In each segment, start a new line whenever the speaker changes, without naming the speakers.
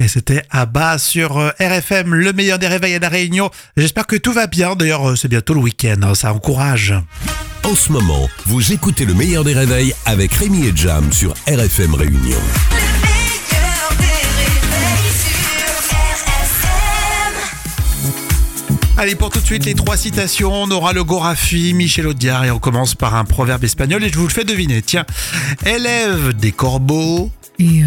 Et c'était à bas sur euh, RFM, le meilleur des réveils à la Réunion. J'espère que tout va bien. D'ailleurs, euh, c'est bientôt le week-end, hein, ça encourage.
En ce moment, vous écoutez le meilleur des réveils avec Rémi et Jam sur RFM Réunion.
Le meilleur des réveils sur RFM.
Allez, pour tout de suite, les trois citations. On aura le Gorafi, Michel Audiard, et on commence par un proverbe espagnol, et je vous le fais deviner. Tiens, élève des corbeaux.
Et euh,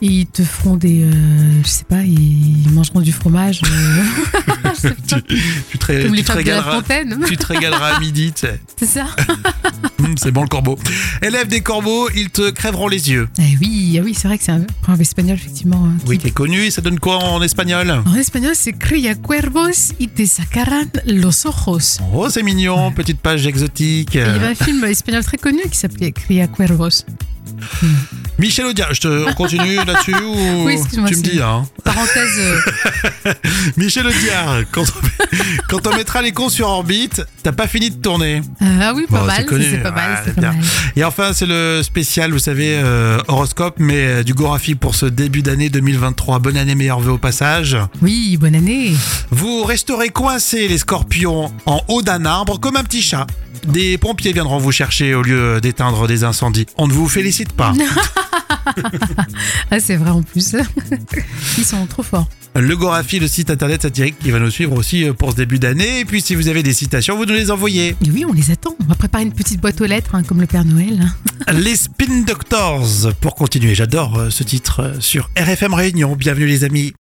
ils te feront des. euh, je sais pas, ils mangeront du fromage. euh,
tu, tu te, ré-
comme les
tu te
femmes de la
régaleras,
fontaine.
tu te régaleras à midi, tu sais.
C'est ça
Hum, c'est bon le corbeau. Élève des corbeaux, ils te crèveront les yeux.
Eh oui, ah oui c'est vrai que c'est un proverbe espagnol, effectivement. hein,
Oui,
qui-
t'es connu, ça donne quoi en espagnol
En espagnol, c'est cria cuervos y te sacarán los ojos.
Oh, c'est mignon, petite page exotique.
Et Il y avait un film espagnol très connu qui s'appelait Cria Cuervos.
Michel Audiard, je te, on continue là-dessus ou
Oui, excuse-moi,
tu me
c'est-
dis hein
Parenthèse, euh,
Michel Audiard, quand on, quand on mettra les cons sur orbite, t'as pas fini de tourner.
euh, ah oui, pas
Bon, c'est
mal, ça,
connu,
c'est pas
ouais,
mal, c'est
c'est
pas
bien.
mal.
Et enfin, c'est le spécial, vous savez, euh, horoscope, mais euh, du Gorafi pour ce début d'année 2023. Bonne année, meilleurs vœux au passage.
Oui, bonne année.
Vous resterez coincés, les scorpions, en haut d'un arbre comme un petit chat. Des pompiers viendront vous chercher au lieu d'éteindre des incendies. On ne vous félicite pas.
Ah, c'est vrai en plus. Ils sont trop forts.
Le Gorafi, le site internet satirique qui va nous suivre aussi euh, pour ce début d'année. Et puis, si vous avez des citations, vous nous les envoyez.
Et oui, on les attend. On va préparer une petite boîte aux lettres, hein, comme le Père Noël.
les Spin Doctors, pour continuer. J'adore euh, ce titre euh, sur RFM Réunion. Bienvenue, les amis.